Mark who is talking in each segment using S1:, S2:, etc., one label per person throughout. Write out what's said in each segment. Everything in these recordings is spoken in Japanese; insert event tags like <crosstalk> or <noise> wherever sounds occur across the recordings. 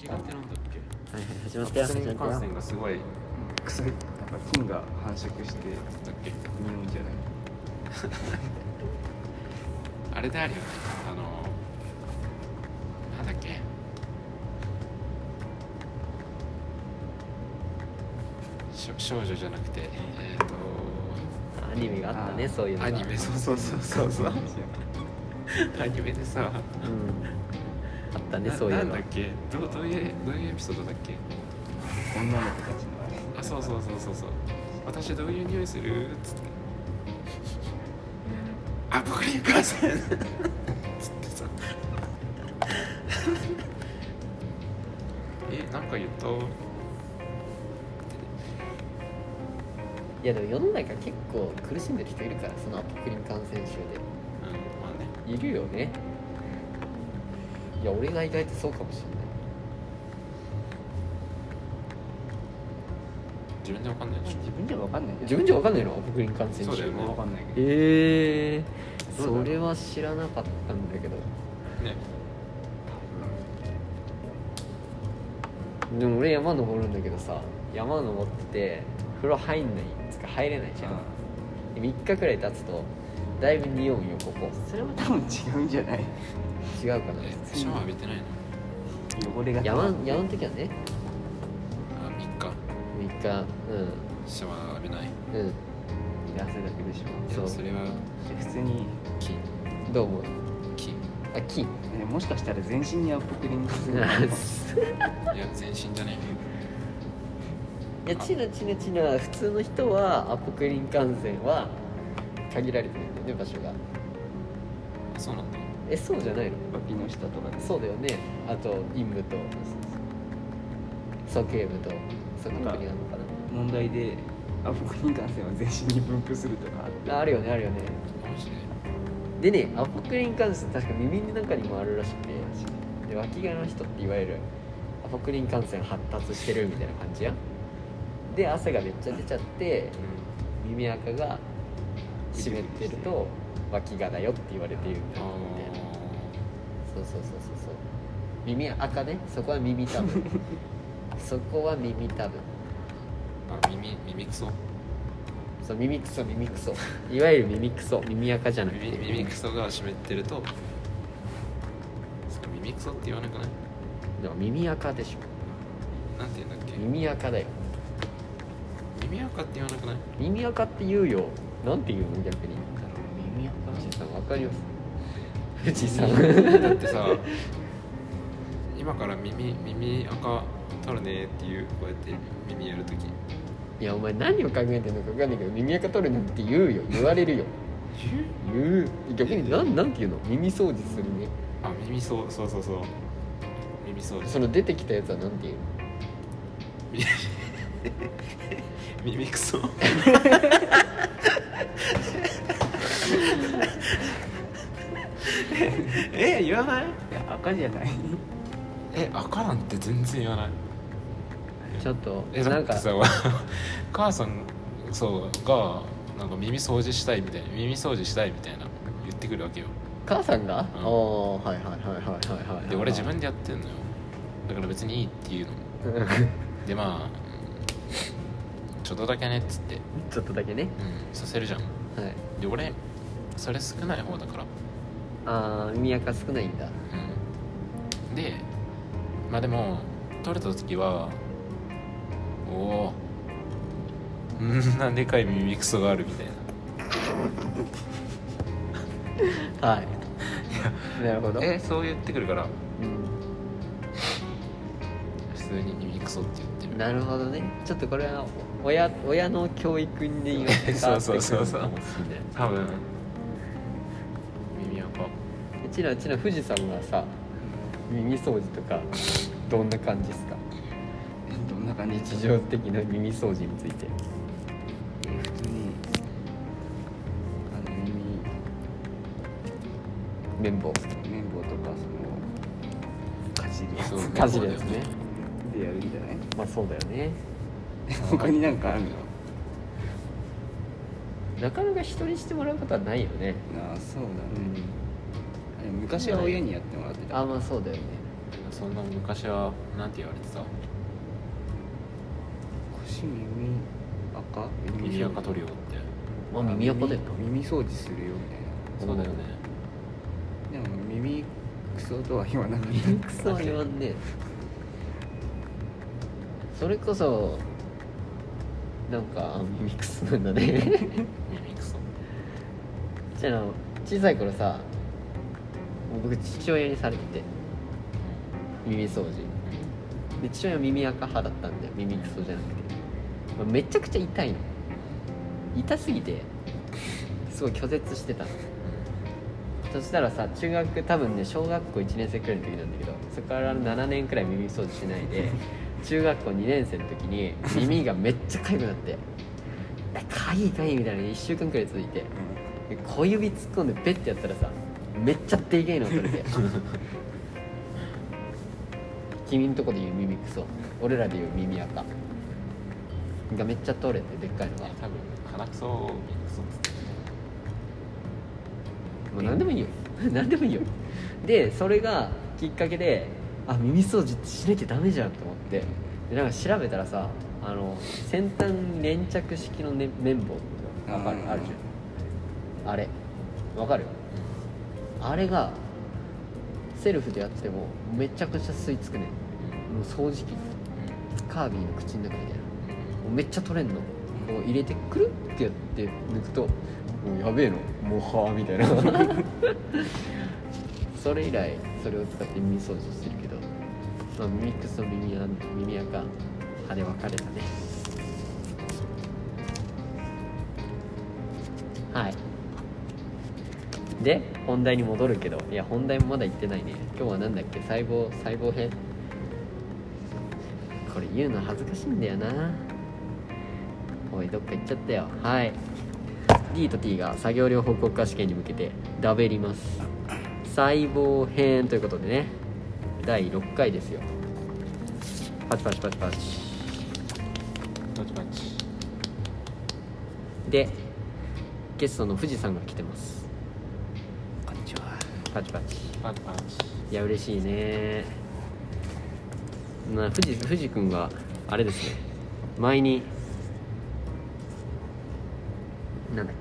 S1: 違ってなんだっけ
S2: はいはい始まったよ
S3: そ
S2: 始
S3: れに
S2: まっ
S3: 感
S2: たよ
S3: 染がすごいくすぐやっぱ菌が繁殖
S1: だ
S3: して
S1: っけ
S3: 匂うんじゃない
S1: あれであるよねあのなんだっけしょ少女じゃなくてえっ、と
S2: アニメがあったねそういうのが
S1: アニメそうそうそうそうそうアニメでさ
S2: うんあったね
S1: な
S2: そういう
S1: な
S2: の
S1: んだっけどうどういうどういうエピソードだっけ
S3: 女の子たちのあれ
S1: あそうそうそうそうそう私どういう匂いするっつってあ僕に感染つってさえなんか言った
S2: いやでも世の中結構苦しんでる人いるからそのアポクリン感染症
S1: うんまあね
S2: でいるよねいや俺が意外とそうかもし
S1: 自分でわかんないでし
S3: 自分では分かんない
S2: れない自分じゃ分かんないのアポクリン感染症
S1: そうだよ
S3: 自分は分かんないけど
S2: えー、
S3: どうだろ
S2: そうれは知らなかったんだけど
S1: ょね
S2: でも俺山登るんだけどさ山登ってて風呂入んないつか入れないじゃんで3日くらい経つとだいぶ匂うんよここ
S3: それは多分違うんじゃない
S2: 違うかな
S1: えシャワー浴びてないの
S3: 汚れが
S2: 山山の時はね
S1: あ3日
S2: 3日
S1: シャワー浴びない
S2: うんうん
S3: 汗だけでしょ
S1: で
S2: そ
S1: も
S2: う
S1: それは
S3: 普通に、
S1: 菌
S2: どう思う
S1: 菌
S2: あ
S3: <laughs>
S2: 金
S3: ね、もしかしたら全身にアポクリンがする
S1: いや全身じゃね
S2: いやチナチナチナ普通の人はアポクリン感染は限られてるんだよね場所が
S1: えあそうなんだ
S2: えそうじゃないの
S3: 脇の下とかで
S2: そうだよねあと陰部と鼠径部とその国なのか
S3: 問題でアポクリン感染は全身に分布するとかあって
S2: なああるよねあるよね
S1: マジで
S2: でねアポクリン感染確か耳の中にもあるらしくてで脇側の人っていわゆるアポクリン感染発達してるみたいな感じやんで汗がめっちゃ出ちゃって耳垢が湿ってると脇がだよって言われているみたいなそうそうそうそうそう耳垢ねそこは耳
S1: <laughs>
S2: たぶそこは耳たぶ
S1: あーあ耳耳くそ
S2: そう耳くそ耳くそいわゆる耳くそ耳垢じゃなくて
S1: 耳耳くそが湿ってるとそう耳くそって言わなくない
S2: でも耳垢でしょ
S1: なんて言うんだっけ
S2: 耳垢だよ
S1: 耳垢って言わなくない
S2: 耳垢って言うよなんて言うの逆に
S3: 耳
S2: 富士山わかります富士山
S1: だってさ今から耳耳垢取るねっていうこうやって耳やるとき
S2: いやお前何を考えてるのかわかんないけど耳垢取るねって言うよ言われるよ言う逆になんなんて言うの耳掃除するね
S1: あ耳そうそうそうそう耳掃
S2: そ
S1: 除
S2: の出てきたやつはなんて言うの
S1: 耳くそ <laughs> ええ言わない
S3: 赤じゃない
S1: え赤なんて全然言わない
S2: ちょっと
S1: え
S2: な
S1: なんん
S2: か
S1: かさ <laughs> 母さんそうがなんか耳掃除したいみたいな耳掃除したいみたいな言ってくるわけよ
S2: 母さんが、あ
S1: うん
S2: あはいはいはいはいはいはい
S1: で俺自分でやってんのよだから別にいいっていうの
S2: うん
S1: でまあうんちょっとだけねっつって、
S2: <laughs> ちょっとだけね
S1: うん、させるじゃん
S2: はい
S1: で俺それ少ない方だから、
S2: ああ耳垢少ないんだ
S1: うん、でまあでも取れた時はおおんなでかい耳くそがあるみたいな <laughs>
S2: はいなるほど、
S1: えそう言ってくるから
S2: う
S1: 普通に耳くそって言っ
S2: ん、
S1: てる
S2: なるほどねちょっとこれは親親の教育によって変わってくるのかもしれ
S1: そうそうそうそう
S2: ない
S1: 多分耳垢
S2: うちらうちら富士山はさ耳掃除とかどんな感じですか
S3: どんな感じ
S2: 日常的な耳掃除について
S3: 普通にあの耳
S2: 綿棒
S3: 綿棒とかそのかじるやつ
S1: そう
S2: かじるやつね
S3: でやるんじゃない
S2: まあそうだよね
S3: 他になんかあるの
S2: なかなか人にしてもらうことはないよね
S3: ああそうだね、
S2: うん
S3: あれ昔は親にやってもらってた
S2: あまあそうだよね
S1: そんな昔はなんて言われてた
S3: 腰耳赤
S1: 耳垢取
S3: る
S1: るよって
S2: まあ耳垢だよ
S3: 耳掃除するよみ
S1: そうだよね
S3: たいなでも耳クソとは言わなかっ
S2: 耳くそは言わんねえそれこそなんかあ耳くそなんだね
S1: 耳くそ
S2: じゃあ小さい頃さもう僕父親にされてて耳掃除で父親は耳垢派だったんだよ耳くそじゃなくて、まあめちゃくちゃ痛いの痛すぎてすごい拒絶してたのそしたらさ中学多分ね小学校1年生くらいの時なんだけどそこから7年くらい耳掃除しないで中学校2年生の時に耳がめっちゃ痒くなって「えかゆいかゆい」みたいなの1週間くらい続いてで小指突っ込んでペッてやったらさめっちゃでけえの取れて君んとこで言う耳クソ俺らで言う耳垢がめっちゃ取れてでっかいのが
S1: 多分鼻くそを耳くそっつって
S2: もう何でもいいよ <laughs> 何でもいいよでそれがきっかけであ耳掃除ってしなきゃダメじゃんと思ってでなんか調べたらさあの先端に粘着式の、ね、綿棒ってわかる
S3: うん
S2: あるじゃんあれわかるあれがセルフでやってもめちゃくちゃ吸い付くねもう掃除機カービィの口の中みたいなもうめっちゃ取れんのこう入れてくるってやって抜くともうやべえのもうはあみたいなそれ以来それを使って耳掃除してるけど、まあ、耳くそ耳あ耳垢歯で分かれたねはいで本題に戻るけどいや本題もまだ行ってないね今日はなんだっけ細胞細胞編これ言うの恥ずかしいんだよなおいどっか行っちゃったよはい D と T が作業療法国家試験に向けてダベります細胞編ということでね第6回ですよパチパチパチパチ
S1: パチパチ
S2: でゲストの富士山が来てます
S3: こんにちは
S2: パチパチ
S1: パチパチ
S2: いや嬉しいねな富士富士くんはあれですね前になんだっ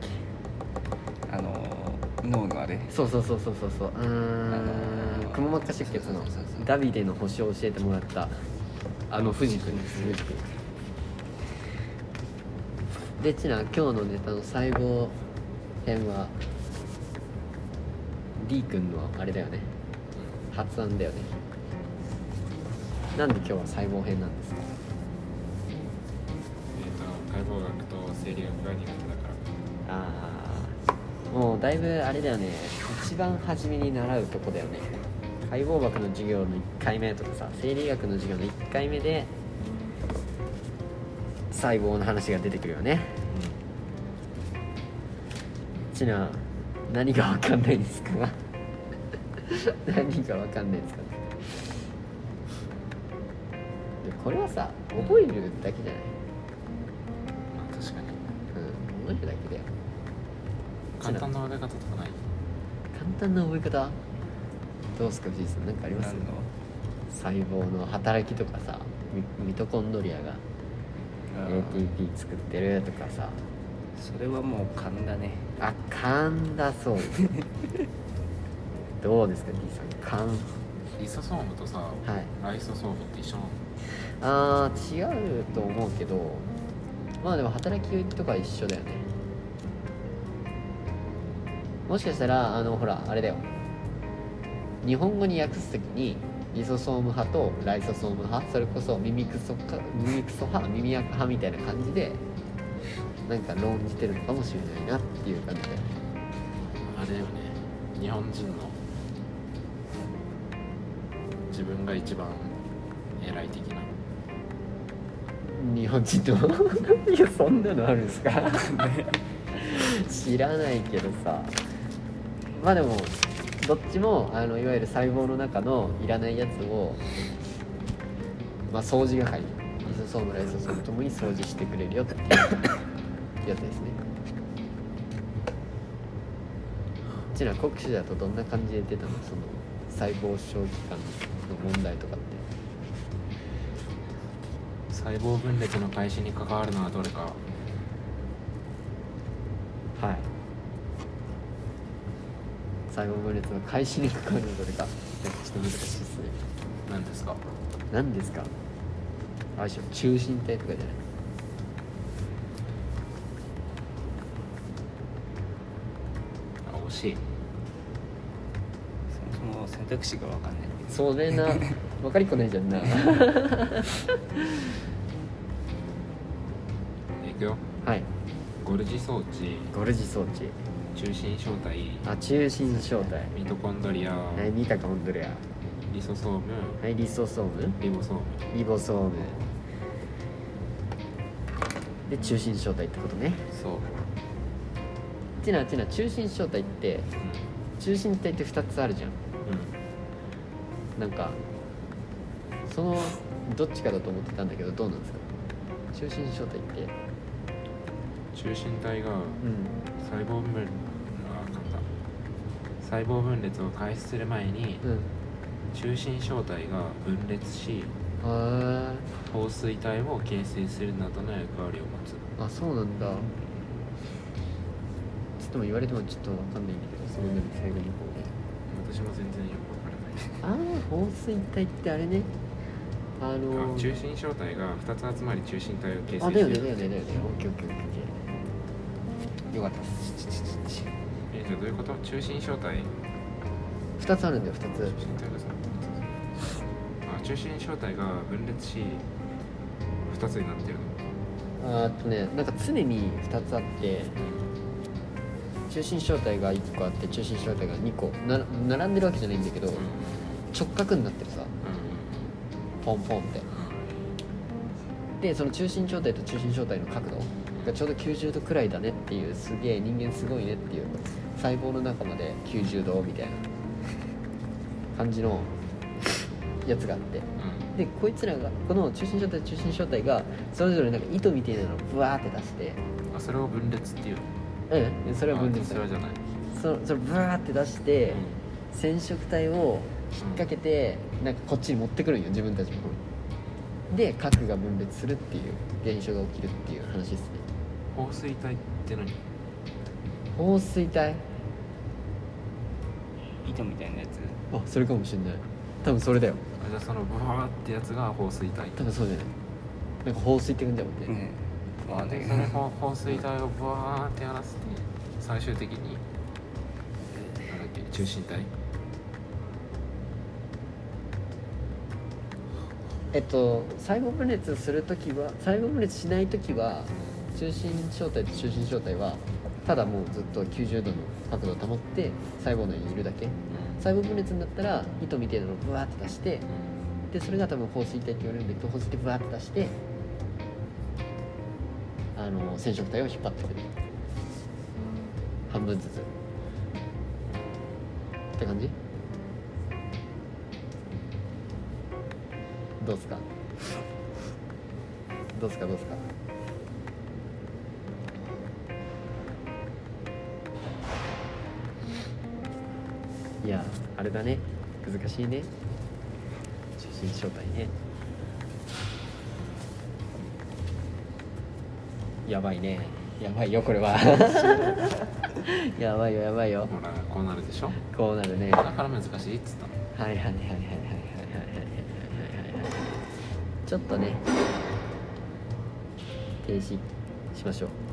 S2: け
S3: あの脳のあれ
S2: そうそうそうそうそうそうう
S3: あ
S2: ーん
S3: のー
S2: くも膜下出血の
S3: そうそうそうそう
S2: ダビデの星を教えてもらったあの藤君です藤君でちな今日のネタの細胞編は D 君のあれだよね発案だよねなんで今日は細胞編なんですか
S1: えっと解剖学と生理学が苦手だから
S2: ああもうだいぶあれだよね一番初めに習うとこだよね解剖学の授業の1回目とかさ生理学の授業の1回目で細胞の話が出てくるよねちな何が分かんないですか <laughs> 何が分かんないですかでこれはさ覚えるだけじゃない、
S1: まあ確かに
S2: うん、覚えるだけだよ
S1: 簡単な覚え方とかない
S2: 簡単な覚え方どうですか藤井さん何かあります
S3: 何の
S2: 細胞の働きとかさミミトコンドリアが
S3: あー
S2: ATP 作ってるとかさ
S3: それはもう勘だね
S2: あ勘だそう
S3: <laughs>
S2: ですどうですか D さん
S1: リソソームとさ
S2: 勘はい
S1: ライソソームって一緒なの
S2: あー違うと思うけどまあでも働きとか一緒だよねもしかしたらあのほらあれだよ日本語に訳す時にリソソーム派とライソソーム派それこそ耳クソか耳クソ派耳垢派みたいな感じでなんか論じてるのかもしれないなっていう感じだよね
S1: あれだよね日本人の自分が一番偉い的な
S2: 日本人と <laughs> いやそんなのあるんですか知らないけどさまあでもどっちもあのいわゆる細胞の中のいらないやつを、まあ、掃除係イソソームライソソームともに掃除してくれるよっていうやつですねちな国試だとどんな感じで出たのそ細胞小器官の問題とかって
S1: 細胞分裂の開始に関わるのはどれか
S2: はい細胞分裂の開始に関わるのどれかなんかちょっと難しいですね
S1: なんですか
S2: 何ですかあれでしょ中心体とかじゃない
S1: あ惜しい
S3: そもそも選択肢が分かんない
S2: それ <laughs> な分かりっこないじゃん <laughs> な
S1: いくよ
S2: はい
S1: ゴルジ装置
S2: ゴルジ装置
S1: 中心正体
S2: あ中心正体
S1: ミトコンドリア
S2: はいミタコンドリア
S1: リソソーム
S2: はいリソソーム
S1: リボソーム
S2: リボソームで中心正体ってことね
S1: そう、
S2: てなてな中心正体って中心体って2つあるじゃん
S1: う
S2: なんかそのどっちかだと思ってたんだけどどうなんですか中心正体って
S1: ん、中心体が
S2: う
S1: 細胞分裂あ簡単細胞分裂を開始する前に
S2: んうん
S1: 中心正体が分裂し
S2: あ
S1: 放水体を形成するなどの役割を持つ
S2: ーあそうなんだちょっとも言われてもちょっとわかんないんだけどその最後の方で
S1: 私も全然よくわからない
S2: ああ放水体ってあれねあの
S1: あ中心正体が2つ集まり中心体を形
S2: あ
S1: 成
S2: だよ
S1: する
S2: ねだよねだよねオッケーオッケーオッケーオッケーよかったです
S1: えじゃあどういうこと中心正体
S2: 2つあるんだよ2
S1: 中
S2: つ
S1: 心体がさあ中心正体が分裂し2つになってるの
S2: あーっとねなんか常に2つあって中心正体が1個あって中心正体が2個な並んでるわけじゃないんだけど
S1: うん
S2: 直角になってるさポンポンってでその中心正体と中心正体の角度がちょうど90度くらいだねっていうすげえ人間すごいねっていう細胞の中まで90度みたいな感じのやつがあってでこいつらがこの中心正体と中心正体がそれぞれなんか糸みたいなのをブワーって出して
S1: うんあそれを分裂っていう
S2: うんそれは分裂
S1: あ
S2: す
S1: そ
S2: る
S1: れじゃない
S2: そそれブワーって出して染色体を引っ掛けてなんかこっちに持ってくるんよ自分たちもで核が分裂するっていう現象が起きるっていう話ですね
S1: 放水体って何
S2: 放水体
S3: 糸みたいなやつ
S2: あそれかもしれない多分それだよ
S1: あじゃあそのブワーってやつが放水体
S2: 多分そうじゃないなんか放水って言うんだもんね、
S3: ねまあだけ
S1: で
S3: ど
S1: その放放水体をブワーってやらせて最終的になんだっけ中心体
S2: えっと細胞分裂するときは細胞分裂しないときは中心正体と中心正体はただもうずっと90度の角度を保って細胞内にいるだけ細胞分裂になったら糸みたいなのをブワーって出してでそれが多分放水体って言われるんだけど放水体ブワーって出してあの染色体を引っ張ってくる半分ずつって感じどうっすかどうっすかどうっすかいやあれだね難しいね中心正体ねやばいねやばいよこれは <laughs> やばいよやばいよ
S1: ほらこうなるでしょ
S2: こうなるね
S1: だから難しいっつったの
S2: はいはいはいはいはいはいはいはいはいはいちょっとね停止しましょう